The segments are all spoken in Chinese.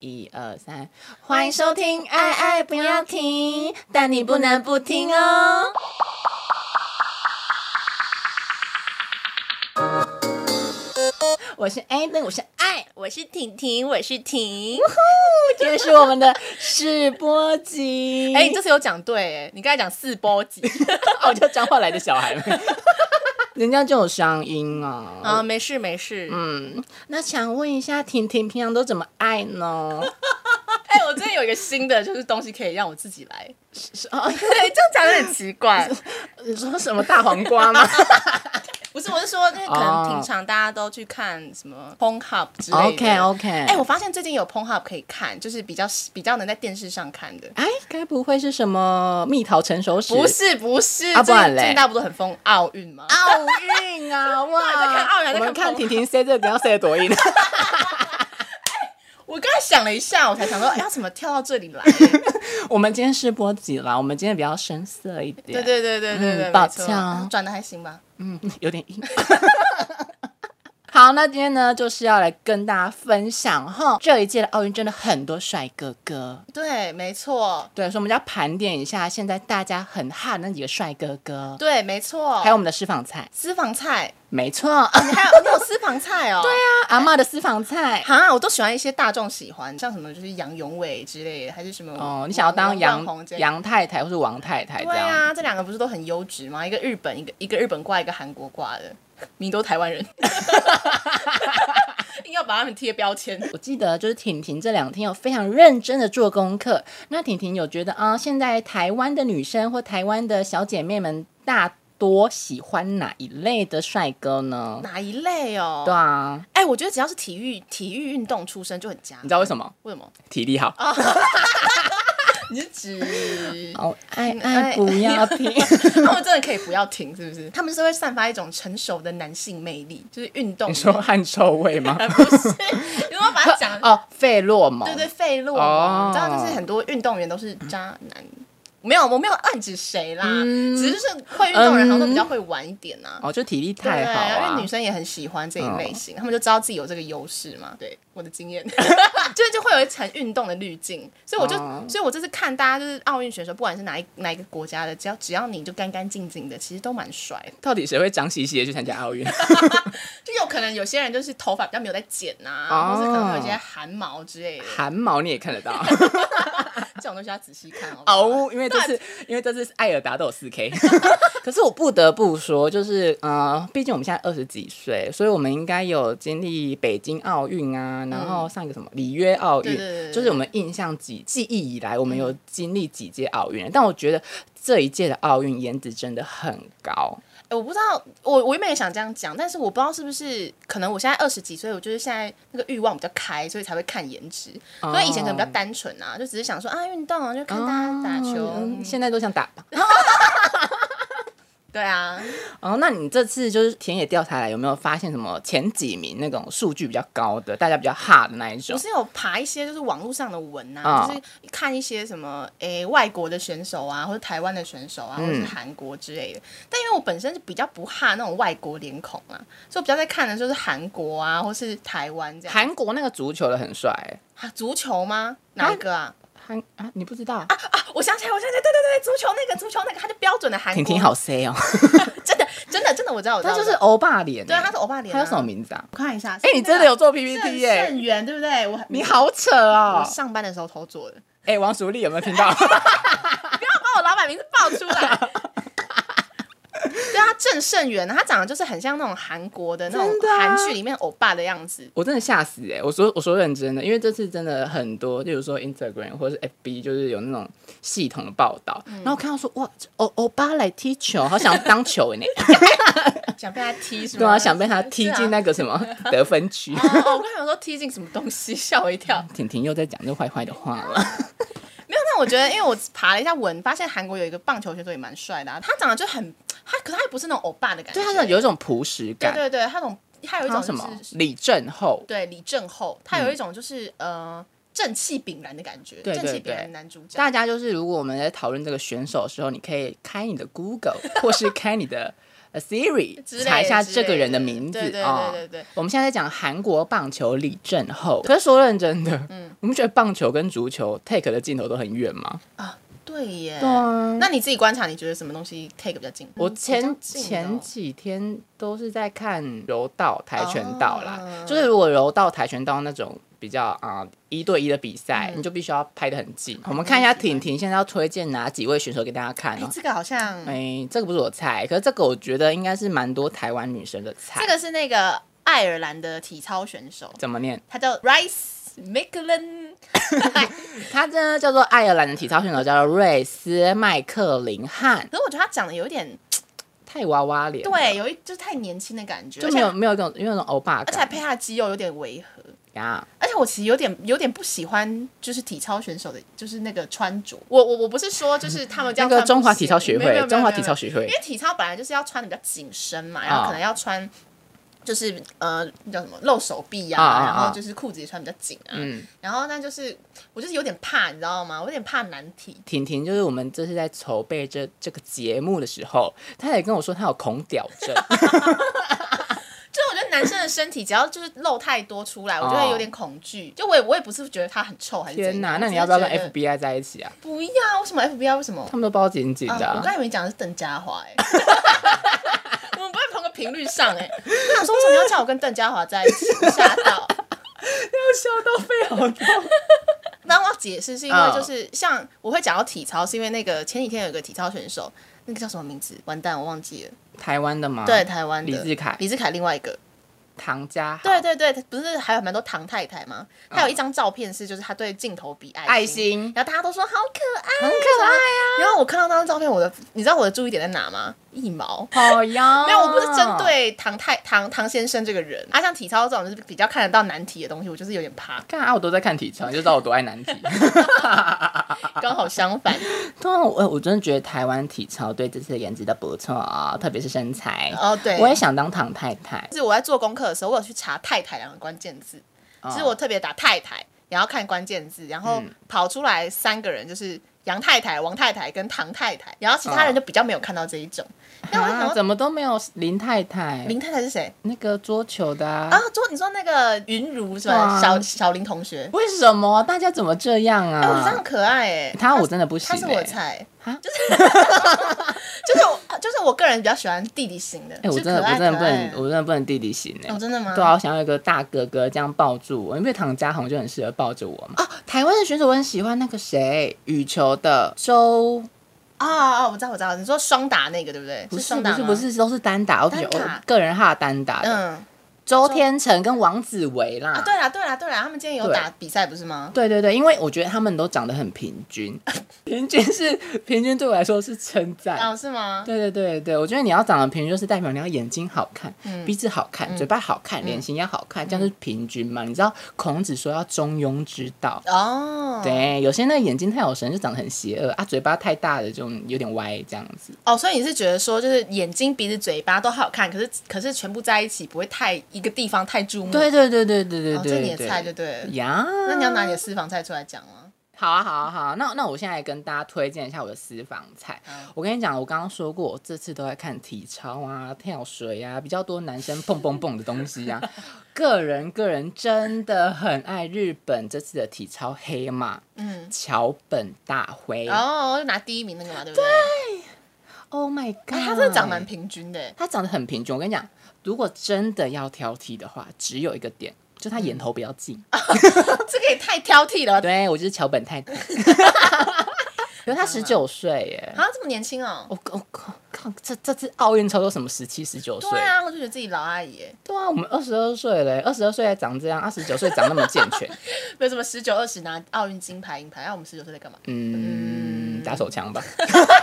一二三，欢迎收听《爱爱不要停》，但你不能不听哦。我是 Adam，我是爱，哎我是婷婷，我是婷。今天是我们的试播 集。哎、你这次有讲对哎，你刚才讲四波 集哦，叫彰化来的小孩们， 人家就有乡音啊。啊，没事没事。嗯，那想问一下，婷婷平常都怎么爱呢？哎、我最近有一个新的就是东西可以让我自己来，是哦， 对，这样讲得很奇怪。你说什么大黄瓜 吗？ 不是，我是说，因为可能平常大家都去看什么 p o n h u b 之类的。 OK OK，哎、我发现最近有 p o n h u b 可以看，就是比较比较能在电视上看的。哎，该不会是什么蜜桃成熟时？不是不啊是，啊不然最近最嘞近大家不都很疯奥运吗？奥运 啊！哇，在看奥运还在看我们看澎婷婷 C 这个梗要 C 的多硬，我刚才想了一下，我才想说，哎要怎么跳到这里来？ 我们今天试播集啦，我们今天比较深色一点， 对对对对对对，嗯抱没错歉哦转的还行吧？嗯，有点 硬。好，那今天呢，就是要来跟大家分享哈，这一届的奥运真的很多帅哥哥，对，没错，对，所以我们就要盘点一下现在大家很哈那几个帅哥哥，对，没错。还有我们的私房菜，私房菜，没错，你还有你有私房菜 哦？对啊，阿嬷的私房菜，哈，我都喜欢一些大众喜欢，像什么就是杨永伟之类的，还是什么哦，你想要当王杨冠宏之类的杨太太或是王太太这对样？啊，这两个不是都很优质吗？一个日本，一个一个日本挂，一个韩国挂的， 你都台湾人， 硬要把他们贴标签。我记得就是婷婷这两天有非常认真的做功课。那婷婷有觉得啊，现在台湾的女生或台湾的小姐妹们大多喜欢哪一类的帅哥呢？哪一类哦？对啊，哎、我觉得只要是体育体育运动出身就很佳你。知道为什么？为什么？体力好。你是指 哦，爱爱嗯爱不 要停。他们真的可以不要停，是不是？他们是会散发一种成熟的男性魅力，就是运 动。你说汗臭味吗？不是，你要把它 讲，哦，费洛蒙。对对，费洛哦蒙，你知道，就是很多运动员都是渣男。没有，我没有暗指谁啦，只是就是会运动的人好像都比较会玩一点啊。哦，就体力对太好因为啊女。生也很喜欢这一类型，他们就知道自己有这个优势嘛。对，我的经验，就是就会有一层运动的滤镜，所以我就，哦所以我这次看大家就是奥运选手，不管是哪一哪一个国家的，只要只要你就干干净净的，其实都蛮帅的。到底谁会脏兮兮的去参加奥运？就有可能有些人就是头发比较没有在剪呐、哦啊，或者可能会有一些汗毛之类的， 汗毛你也看得到这种东西要仔细看哦。哦，因为这次因为这次艾尔达都有四 K，可是我不得不说，就是呃，毕竟我们现在二十几岁，所以我们应该有经历北京奥运啊，然后上一个什么里约奥运对对对，对就是我们印象几记忆以来，我们有经历几届奥运，但我觉得这一届的奥运颜值真的很高，哎我不知道，我我原本也想这样讲，但是我不知道是不是可能我现在二十几岁，我就是现在那个欲望比较开，所以才会看颜值。所以以前可能比较单纯啊，就只是想说啊运动啊，就看大家打球。哦嗯嗯现在都想打吧。对啊，哦，那你这次就是田野调查来，有没有发现什么前几名那种数据比较高的，大家比较哈的那一种我？是有爬一些就是网络上的文呐、啊就是看一些什么诶、外国的选手啊，或者台湾的选手啊，或者嗯是韩国之类的。但因为我本身是比较不怕那种外国脸孔啊，所以我比较在看的就是韩国啊，或是台湾这样。韩国那个足球的很帅、欸，啊，足球吗？哪一个啊？韩啊，你不知道？啊，我想起来，我想起来，对对对，足球那个，足球那个，他就标准的韩国。婷婷，好 C 哦，真的真的真的，我知道，我知他道。就是我知道欧巴脸、欸，对，他是欧巴脸、啊。他叫什么？名字啊？我看一下。哎、哎你真的有做 PPT 郑耶、郑源对不对？我你，好扯哦我！上班的时候偷做的。 哎、王淑丽有没有听 到？把我老板名字报出来。 对啊，郑胜元，他长得就是很像那种韩国的那种真的啊韩剧里面欧巴的样子。我真的吓死哎、我说我说认真的，因为这次真的很多，例如说 Instagram 或是 FB，就是有那种系统的报道，然后我看到说哇，这欧欧巴来踢球，好想当球 呢、想被他踢是吗？对啊，想被他踢进那个什么得分 区。是啊。哦，我刚想说踢进什么东西， 吓我一跳。婷婷又在讲这坏坏的话了，没有，那我觉得，因为我爬了一下文，发现韩国有一个棒球选手也蛮帅的、啊，他长得就很他，可是他也不是那种欧巴的感觉。对啊他有一种朴实对感，对对，他那种他有还有一种什就么是李正厚，对李正厚，他有一种就是、呃正气凛然的感觉，对对正气凛对然的男主角。 大家就是，如果我们在讨论这个选手的时候，你可以开你的 Google，或是开你的呃 Siri 之类的查一下之类这个人的名字对对啊。对对对，我们现在在讲韩国棒球李正厚，可是说认真的，嗯，你们觉得棒球跟足球 take 的镜头都很远吗？啊，对耶。啊那你自己观察，你觉得什么东西 take 比较近？我嗯前比较近的前哦几天都是在看柔道、跆拳道啦，哦就是如果柔道、跆拳道那种比较啊、呃一对一的比赛，嗯你就必须要拍的很近。哦我们看一下婷婷现在要推荐哪几位选手给大家看哎哦。这个好像哎、这个不是我菜，可是这个我觉得应该是蛮多台湾女生的菜。这个是那个爱尔兰的体操选手，怎么念？他叫 Rice Macklin，她呢叫做爱尔兰的体操选手，叫做瑞斯麦克林汉，可是我觉得他长得有点太娃娃脸，，对，有一就是太年轻的感觉，就而没且有没有一种没有那种欧巴而且还感配他的肌肉有点违和。呀。而且我其实有点有点不喜欢，就是体操选手的，就是那个穿着。我我我不是说就是他们那这样个穿不行，中华体操学没有会，没有没有中华没有体操学啊因会为体操本来就是要穿的比较紧身嘛，然后可能要穿就是呃那叫什么露手臂啊，啊啊啊然后就是裤子也穿比较紧啊。嗯然后那就是我就是有点怕，你知道吗？我有点怕难题。婷婷就是我们这是在筹备这这个节目的时候，她也跟我说她有恐屌 症，就是我觉得男生的身体只要就是露太多出来，我就会有点恐惧。就我也我也不是觉得他很臭还是哦天怎哪！样。那你要不要跟我只是觉得 FBI 在一起啊？不要？为什么 FBI 为什么？他们都包紧紧的、啊我啊刚。才以为你讲的是邓家华哎、欸，我们不会同个频率上哎、我想说，为什么要叫我跟邓家华在一起？吓到。笑到肺好痛。然后我要解释是因为 嗯就是、像我会讲到体操，是因为那个前几天有个体操选手，那个叫什么名字？完蛋，我忘记了。 台湾的吗？对，，台湾的啊李志凯李志凯另外一个。唐家豪对对对，他不是还有蛮多唐太太吗？他有一张照片是就是他对镜头比爱爱心然后大家都说好可很爱。可爱啊，然后我看到那张照片，我的你知道我的注意点在哪吗？一毛。好呀。，没有，我不是针对唐太唐唐先生这个人啊，像体操这种就是比较看得到难题的东西，我就是有点怕看啊，我都在看体操，你就知道我多爱难题。啊刚好相反。 对啊，我我真的觉得台湾体操对这次的颜值都不错啊、特别是身材。哦，对，我也想当唐太太。是我在做功课的时候，我有去查“太太”两个关键字，哦就是我特别打“太太”，然后看关键字，然后嗯跑出来三个人，就是杨太太、王太太跟唐太太，然后其他人就比较没有看到这一种。那我就想啊、说，怎么都没有林太太，林太太是谁那个桌球的啊、啊？说你说那个云如是吧？哇小小林同学，为什么大家怎么这样哎，我觉得她啊很？可爱哎，他我真的不行、他欸，是我菜，就哈是 就是我就是我个人比较喜欢弟弟型的，哎、就我是真的可爱我真的可不爱能，我真的不能弟弟型哎、哦真的吗？对啊，我想要一个大哥哥这样抱住我，因为唐家宏就很适合抱着我嘛。啊，台湾的选手我很喜欢那个谁，羽球的周，哦哦哦，我知道我知道，你说双打那个对不对？不是双不打是吗不，是都是单打，我单觉打得我个人哈单打的，嗯周天成跟王子维啦。啊，对啦对啦对啦，他们今天嗯有对打比赛不是吗？对对对，因为我觉得他们都长得很平 均，平均是平均对我来说是称赞，啊，是吗？对对对对，我觉得你要长得平均，就是代表你要眼睛好看、嗯鼻子好看、嘴巴好看、脸型要好看，这样是平均嘛？你知道孔子说要中庸之道。哦，对，有些那眼睛太有神就长得很邪恶啊，嘴巴太大的就有点歪这样子。哦，所以你是觉得说，就是眼睛、鼻子、嘴巴都好看，可是可是全部在一起不会太一个地方太注目，对对对对对对嗯哦，这对是你对的菜就对了。呀，那你要拿你的私房菜出来讲吗？好啊好啊好啊，那那我现在跟大家推荐一下我的私房菜。好我跟你讲，我刚刚说过，我这次都在看体操啊、跳水啊，比较多男生蹦蹦蹦的东西 啊。个人个人真的很爱日本这次的体操黑马嗯，哦桥本大辉。然后就拿第一名那个嘛，对不对？ Oh my god！、哎，他真的长蛮平均的耶， 他长得很平均。我跟你讲，如果真的要挑剔的话，只有一个点，就嗯他眼头比较近。啊这个也太挑剔了吧。对我就是桥本 太太。可是他十九岁耶。啊，这么年轻哦、我我靠靠，这这次奥运超多什么十七、十九岁？对啊，我就觉得自己老阿姨耶，对啊，我们二十二岁嘞，二十二岁还长这样，二十九岁长那么健 全，没有什么十九二十拿奥运金牌银牌，那、我们十九岁在干嘛？嗯，打手枪吧。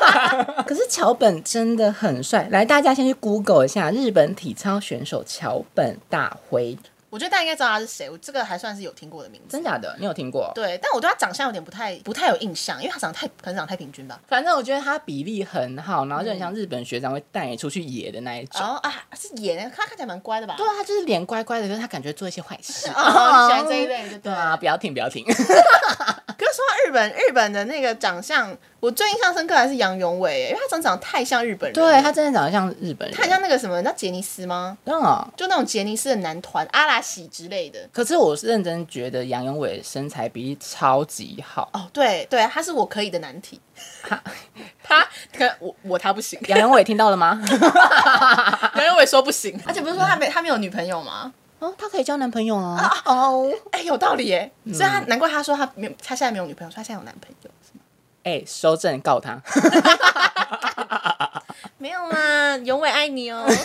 可是桥本真的很帅，来，大家先去 Google 一下日本体操选手桥本大辉，我觉得大家应该知道他是谁，我这个还算是有听过的名字。真假的？你有听过？对，但我对他长相有点不太不太有印象，因为他长得太可能长得太平均吧。反正我觉得他比例很好，然后就很像日本学长会带你出去野的那一种。然后啊，是演他看起来蛮乖的吧？哦对啊，他就是脸乖乖的，可是他感觉做一些坏事。 哦，你喜欢这一类就对对啊，。不要停，不要停。可是说到日本日本的那个长相，我最印象深刻还是杨永伟，因为他长得长得太像日本人 了，对他真的长得像日本人，他很像那个什么，你知道杰尼斯吗？嗯。就那种杰尼斯的男团阿拉喜之类的。可是我是认真觉得杨永伟身材比例超级好，哦，对对，他是我可以的难题。他可我我他不行，杨永伟听到了吗？杨永伟说不行，而且不是说他没他没有女朋友吗？ 哦，他可以交男朋友啊。哦，哎，有道理耶，所以他难怪他说他没有，他现在没有女朋友，所以他现在有男朋友。哎、收证告他，没有啦，永伟爱你 哦。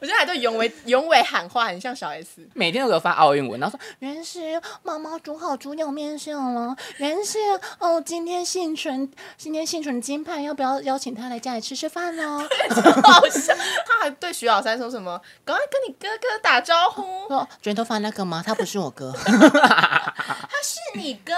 我现在还对永伟永伟喊话，很像小 S。每天都给我发奥运文，然后说原是妈妈煮好猪柳面线了，原是哦，今天幸存今天幸存金牌，要不要邀请他来家里吃吃饭呢？好像他还对徐小三说什么，赶快跟你哥哥打招呼，说 卷头发那个吗？他不是我哥。他是你哥，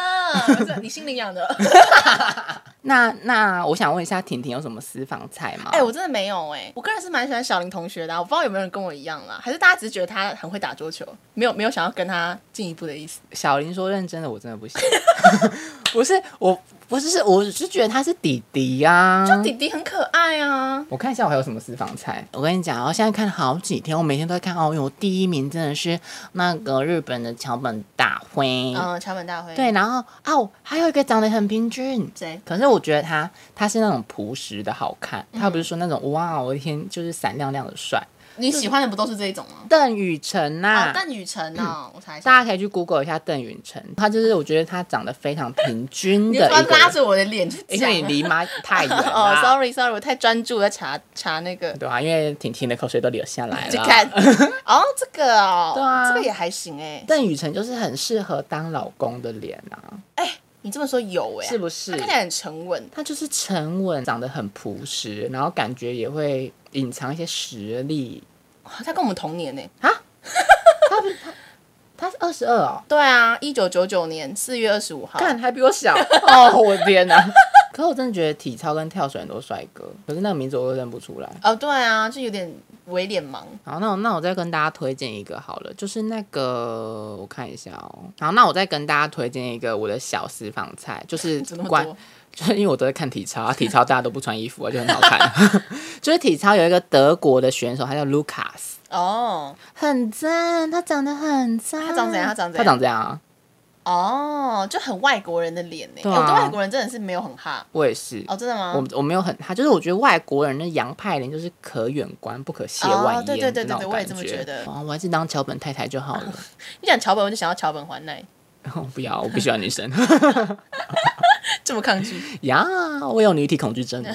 这你心里养的。 那那我想问一下，婷婷有什么私房菜吗？哎、我真的没有哎、我个人是蛮喜欢小林同学的啊、我不知道有没有人跟我一样啦，还是大家只是觉得他很会打桌球，没有没有想要跟他进一步的意思。小林说认真的，我真的不行。 不是我，不是是，我是觉得他是弟弟啊。弟弟很可爱啊，我看一下我还有什么私房菜。我跟你讲，哦我现在看了好几天，我每天都在看奥运。我第一名真的是那个日本的桥本大辉，嗯，桥本大辉，对，然后啊，我还有一个长得很平均。谁？可是我觉得他他是那种朴实的好看，他嗯不是说那种哇，哦我的天，就是闪亮亮的帅。你喜欢的不都是这一种吗？邓宇辰呐、啊，邓雨辰哦，我猜一嗯大下。家可以去 Google 一下邓宇辰，他就是我觉得他长得非常平均你的突一然个人拉。着我的脸去因讲为你 离妈太远啊了。哦，sorry sorry，我太专注在查查那个。对啊，因为婷婷的口水都流下 来去 了。看哦，这个啊哦，对啊这个也还行哎、邓宇辰就是很适合当老公的脸啊，哎、你这么说有哎、是不是他？看起来很沉稳，他就是沉稳，长得很朴实，然后感觉也会隐藏一些实力。哇哦他跟我们同年呢、欸他不他他是二十二哦，对啊，一九九九年四月二十五 号。看还比我 小哦，我的天哪！ 可我真的觉得体操跟跳水很多帅哥，可是那个名字我又认不出来。哦，对啊，就有点微脸盲。好，那我那我再跟大家推荐一个好了，就是那个我看一下哦。好，那我再跟大家推荐一个我的小私房菜，就是 怎么那么关多？就是因为我都在看体操，啊体操大家都不穿衣服啊，就很好看。 就是体操有一个德国的选手，他叫 Lucas，哦很赞，他长得很赞。他长怎样他长怎他样长这样啊，哦，就很外国人的脸呢、对啊哎我对外国人真的是没有很哈。我也是。哦，真的吗？我我没有很他，就是我觉得外国人的洋派脸就是可远观不可亵玩哦焉的对那种感觉、对对对对我也这么觉得哦我还是当桥本太太就好 了。你讲桥本，我就想要桥本环奈，我不要，我不喜欢女生这么抗拒。呀， 我有女体恐惧症。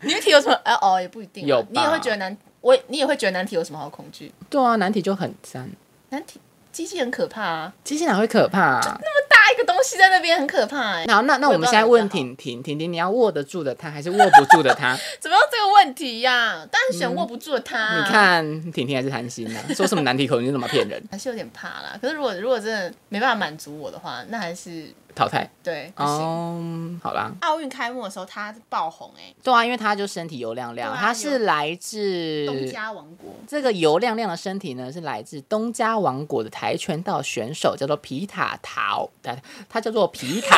女体有什么？呃哦，也不一定啊。有吧你也会觉得男，我你也会觉得男体有什么好恐惧？对啊，男体就很赞。男体机器很可怕啊，机器哪会可怕、啊？大一个东西在那边很可怕哎、那那那我我也不们知现在道哪个问好婷婷，婷婷你要握得住的他，还是握不住的他？怎么有这个问题呀、当然选握不住的他、嗯你，看婷婷还是贪心呐、啊 说什么难题口你就怎么骗人，还是有点怕啦。可是如果如果真的没办法满足我的话，那还是淘汰。对不行。哦、好啦，奥运开幕的时候，他爆红哎、对啊，因为他就身体油亮亮，对啊他是来东自。家王国。这个油亮亮的身体呢，是来自东加王国的跆拳道选手，叫做皮塔陶，他他叫做皮 塔。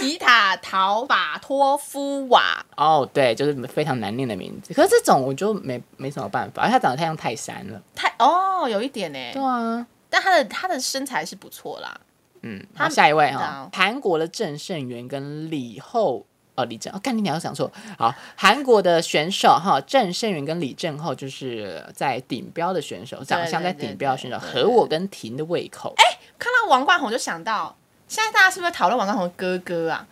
皮塔陶法托夫瓦，哦，对，就是非常难念的名字。可是这种我就没没什么办法，因为他长得太像泰山了。太哦，有一点呢、对啊，但他的他的身材是不错啦。嗯，他好，下一位知哈道，韩国的郑胜元跟李厚。哦，李正，哦，干你娘，我想错。好，韩国的选手哈，郑胜元跟李正厚就是在顶标的选手，长相在顶标的选手，对对对合我跟婷的胃口。哎、看到王冠宏就想到，现在大家是不是在讨论王冠宏的哥哥啊？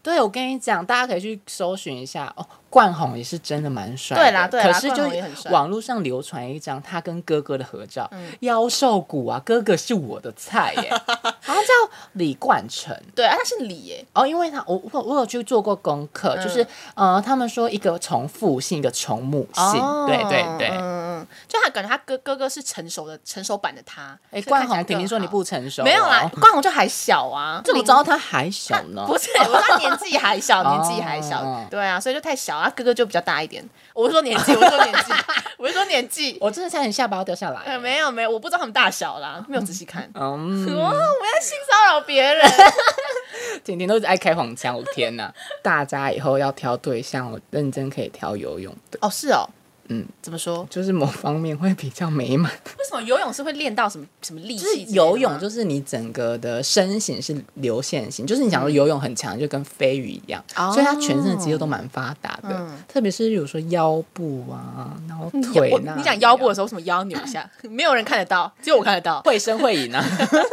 对我跟你讲，大家可以去搜寻一下哦。冠宏也是真的蛮帅的，对啦对啦可是冠宏也很就帅嗯网络上流传一张他跟哥哥的合照，妖兽骨啊，哥哥是我的菜 耶，好像叫李冠成。对啊，他是李耶、哦，因为他我我我有去做过嗯功课，就是呃，他们说一个从父姓，一个从母姓，对对对。哦嗯嗯嗯嗯，就他感觉他哥哥哥是成熟的成熟版的他。哎，所以冠看起来宏，婷婷更说你好不成熟，哦没有啦，，冠宏就还小 啊，怎么林知道他还小呢？不是，我说他年纪还小，哦年纪还小嗯，对啊，所以就太小啊。哥哥就比较大一点。我是说年纪，我是说年 纪，我是说年纪。我真的差点下巴要掉下呃，来。没有没有，我不知道他们大小啦，没有仔细看。嗯，哦，我要性骚扰 别人，婷婷都是爱开黄腔，我天哪！大家以后要挑对象，我认真可以挑游泳的，哦，是哦，嗯，怎么说？就是某方面会比较美满。为什么游泳是会练到什么什么力就是气？游泳，就是你整个的身形是流线型，就是你想说嗯游泳很强，就跟飞鱼一样，哦所以它全身的肌肉都蛮发达的，嗯特别是比如说腰部啊，然后你讲腿我那，你讲腰部的时候，为什么腰扭一下？没有人看得到，只有我看得到。会深会影啊，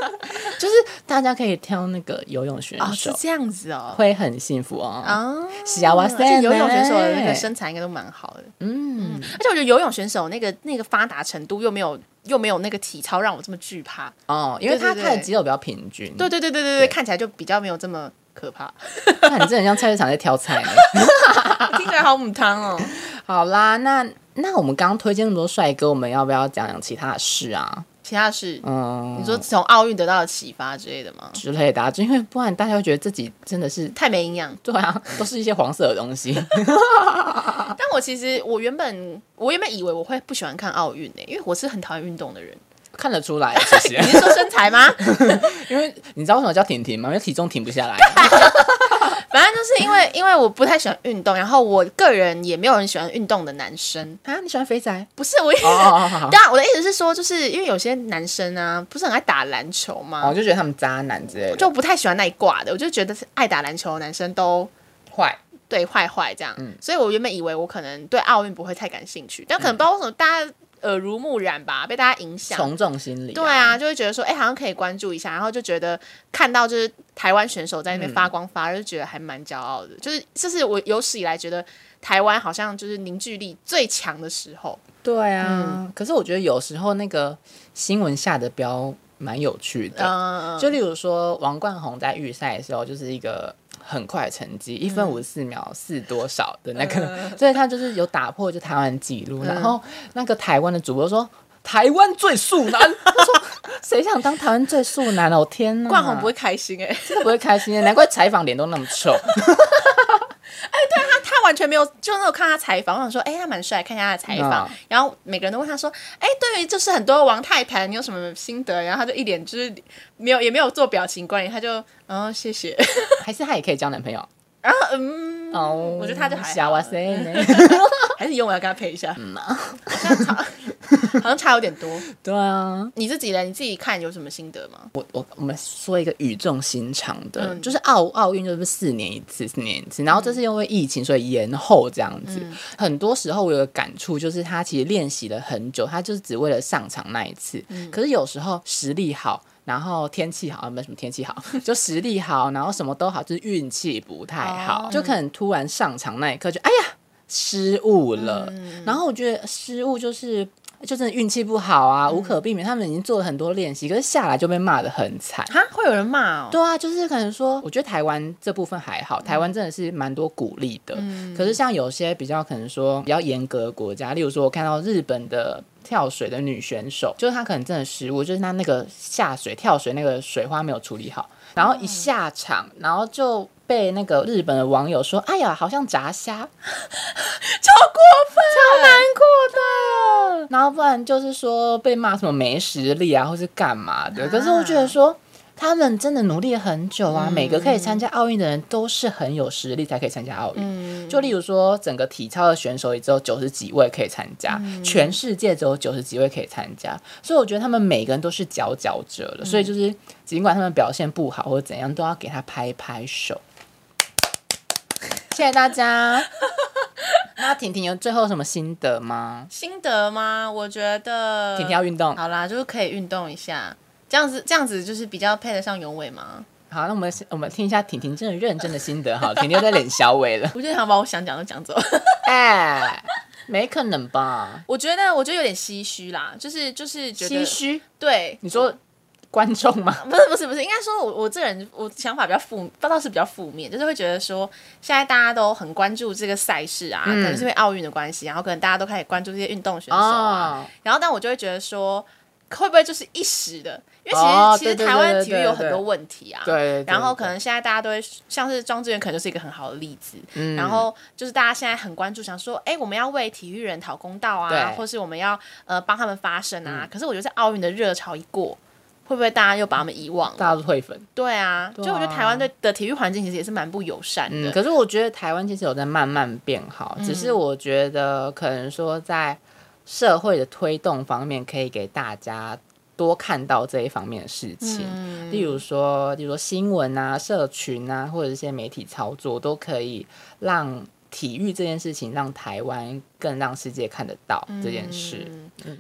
就是大家可以挑那个游泳选哦，手，是这样子哦。会很幸福哦。啊，喜啊哇而且塞，游泳选手的那个，身材应该都蛮好的。嗯，而且我觉得游泳选手那个那个发达程度又没有又没有那个体操让我这么惧怕。哦，因为他对对对他的肌肉比较平均，对，对对对对对，对看起来就比较没有这么可怕。那你真的很像菜市场在挑菜呢。 听起来好母汤哦。好啦，那那我们刚刚推荐那么多帅哥，我们要不要讲讲其他的事啊？其他是嗯，你说从奥运得到的启发之类的吗？之类的、啊，就因为不然大家会觉得自己真的是太没营养。对啊，都是一些黄色的东 西。但我其实我原本我原本以为我会不喜欢看奥运呢，因为我是很讨厌运动的人。看得出来，其你实，是说身材吗？ 因为你知道为什么叫婷婷吗？因为体重停不下来。反正就是因为因为我不太喜欢运动，然后我个人也没有人喜欢运动的男生。啊，你喜欢肥仔？不是我也。哦哦 哦， 对啊，我的意思是说，就是因为有些男生啊，不是很爱打篮球吗？哦我就觉得他们渣男之类的，就不太喜欢那一挂的，我就觉得是爱打篮球的男生都坏。嗯对坏坏这样，所以我原本以为我可能对奥运不会太感兴趣，但可嗯能不知道为什么大家耳濡目染吧，被大家影响。从众心理、对，啊，就会觉得说，哎、好像可以关注一下，然后就觉得看到就是台湾选手在那边发光发热，就觉得还蛮骄傲的。就是这是我有史以来觉得台湾好像就是凝聚力最强的时候。对啊。可是我觉得有时候那个新闻下的标蛮有趣的，嗯，就例如说王冠宏在预赛的时候，就是一个很快的成绩，嗯一分五十四秒四多少的那个， 所以他就是有打破就台湾纪录。然后那个台湾的主播说。台湾最速男， 他说谁想当台湾最速男哦？天哪！冠宏 不会开心哎、真的不会开心的，难怪采访脸都那么臭。他完全没有，就那种看他采访，我想说，哎、他蛮帅，看一下他的采访。嗯然后每个人都问他说，哎、对于就是很多王太盘，你有什么心得？然后他就一脸就是没有，也没有做表情管理，他就，嗯、谢 谢。还是他也可以交男朋友然后，嗯，哦？我觉得他就还好小哇塞 呢，还是用我要跟他配一下。嗯好像差， 好像差有点多。对啊，你自己呢？你自己看有什么心得吗？我我我们说一个语重心长的，嗯就是奥奥运就是四年一次，四年一次，然后这是因为疫情所以延后这样子。嗯很多时候我有个感触，就是他其实练习了很久，他就是只为了上场那一次。嗯可是有时候实力好。然后天气好，啊没什么天气好， 就实力好，然后什么都好，就是运气不太好，哦就可能突然上场那一刻就哎呀失误了。嗯然后我觉得失误就是就真的运气不好啊，无可嗯避免。他们已经做了很多练习，可是下来就被骂得很惨。哈，会有人骂哦。对啊，就是可能说，嗯我觉得台湾这部分还好，台湾真的是蛮多鼓励的。可是像有些比较可能说比较严格的国家，例如说我看到日本的跳水的女选手，就是她可能真的失误，就是她那个下水跳水那个水花没有处理好，然后一嗯下场，然后就。被那个日本的网友说：“哎呀，好像炸虾， 超过分，难过的。”然后不然就是说被骂什么没实力啊，或是干嘛的。可是我觉得说，他们真的努力很久啊，嗯每个可以参加奥运的人都是很有实力才可以参加奥运。嗯就例如说，整个体操的选手也只有九十几位可以参加，嗯全世界只有九十几位可以参加，所以我觉得他们每个人都是佼佼者嗯了。所以就是，尽管他们表现不好或者怎样，都要给他拍拍手。谢谢大家。 那婷婷有最后有什么心得吗？呃心得吗？我觉得婷婷要运动。好啦，就是可以运动一下，这样子这样子就是比较配得上永伟嘛。好，那我们我们听一下婷婷真的认真的心得哈。婷婷又在脸小尾了，我就想把我想讲都讲走。 哎、没可能吧？我觉得，我觉得有点唏嘘啦，就是就是觉得唏嘘？对你说观众吗？不是不是不是，应该说我我这个人我想法比较负，倒倒是比较负面，就是会觉得说现在大家都很关注这个赛事啊，可能是因为奥运的关系，然后可能大家都开始关注这些运动选手啊，哦然后但我就会觉得说会不会就是一时的，因为其实、哦其实对对台湾对体对育有很对多问题啊，对对对然后对可能现在大家都会像是庄志远，可能就是一个很好的例子，嗯然后就是大家现在很关注，想说，哎，我们要为体育人讨公道啊，对嗯或是我们要呃帮他们发声啊。可是我觉得在奥运的热潮一过，会不会大家又把他们遗忘了？大家都退粉。对啊，对啊就我觉得台湾的的体育环境其实也是蛮不友善嗯，的。可是我觉得台湾其实有在慢慢变好，嗯只是我觉得可能说在社会的推动方面，可以给大家多看到这一方面的事情。嗯例如说，例如说新闻啊、社群啊，或者一些媒体操作，都可以让体育这件事情让台湾更让世界看得到嗯这件事。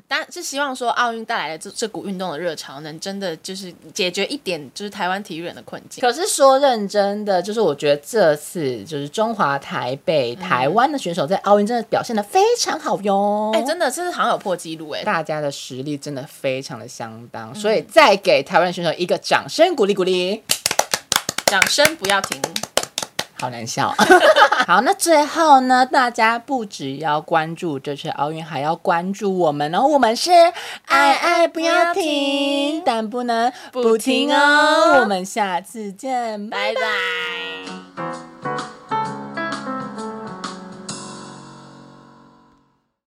但是希望说奥运带来的这这股运动的热潮，能真的就是解决一点就是台湾体育人的困境。可是说认真的，就是我觉得这次就是中华台嗯北、台湾的选手在奥运真的表现的非常好哟。哎、真的，这是好像有破纪录哎、哦大家的实力真的非常的相当，所以再给台湾选手一个掌声鼓励鼓励。 掌声不要停。好难笑。 好，那最后呢，大家不只要关注这次奥运，还要关注我们哦。我们是爱爱不要停，但不能不停哦。我们下次见，拜拜拜。拜。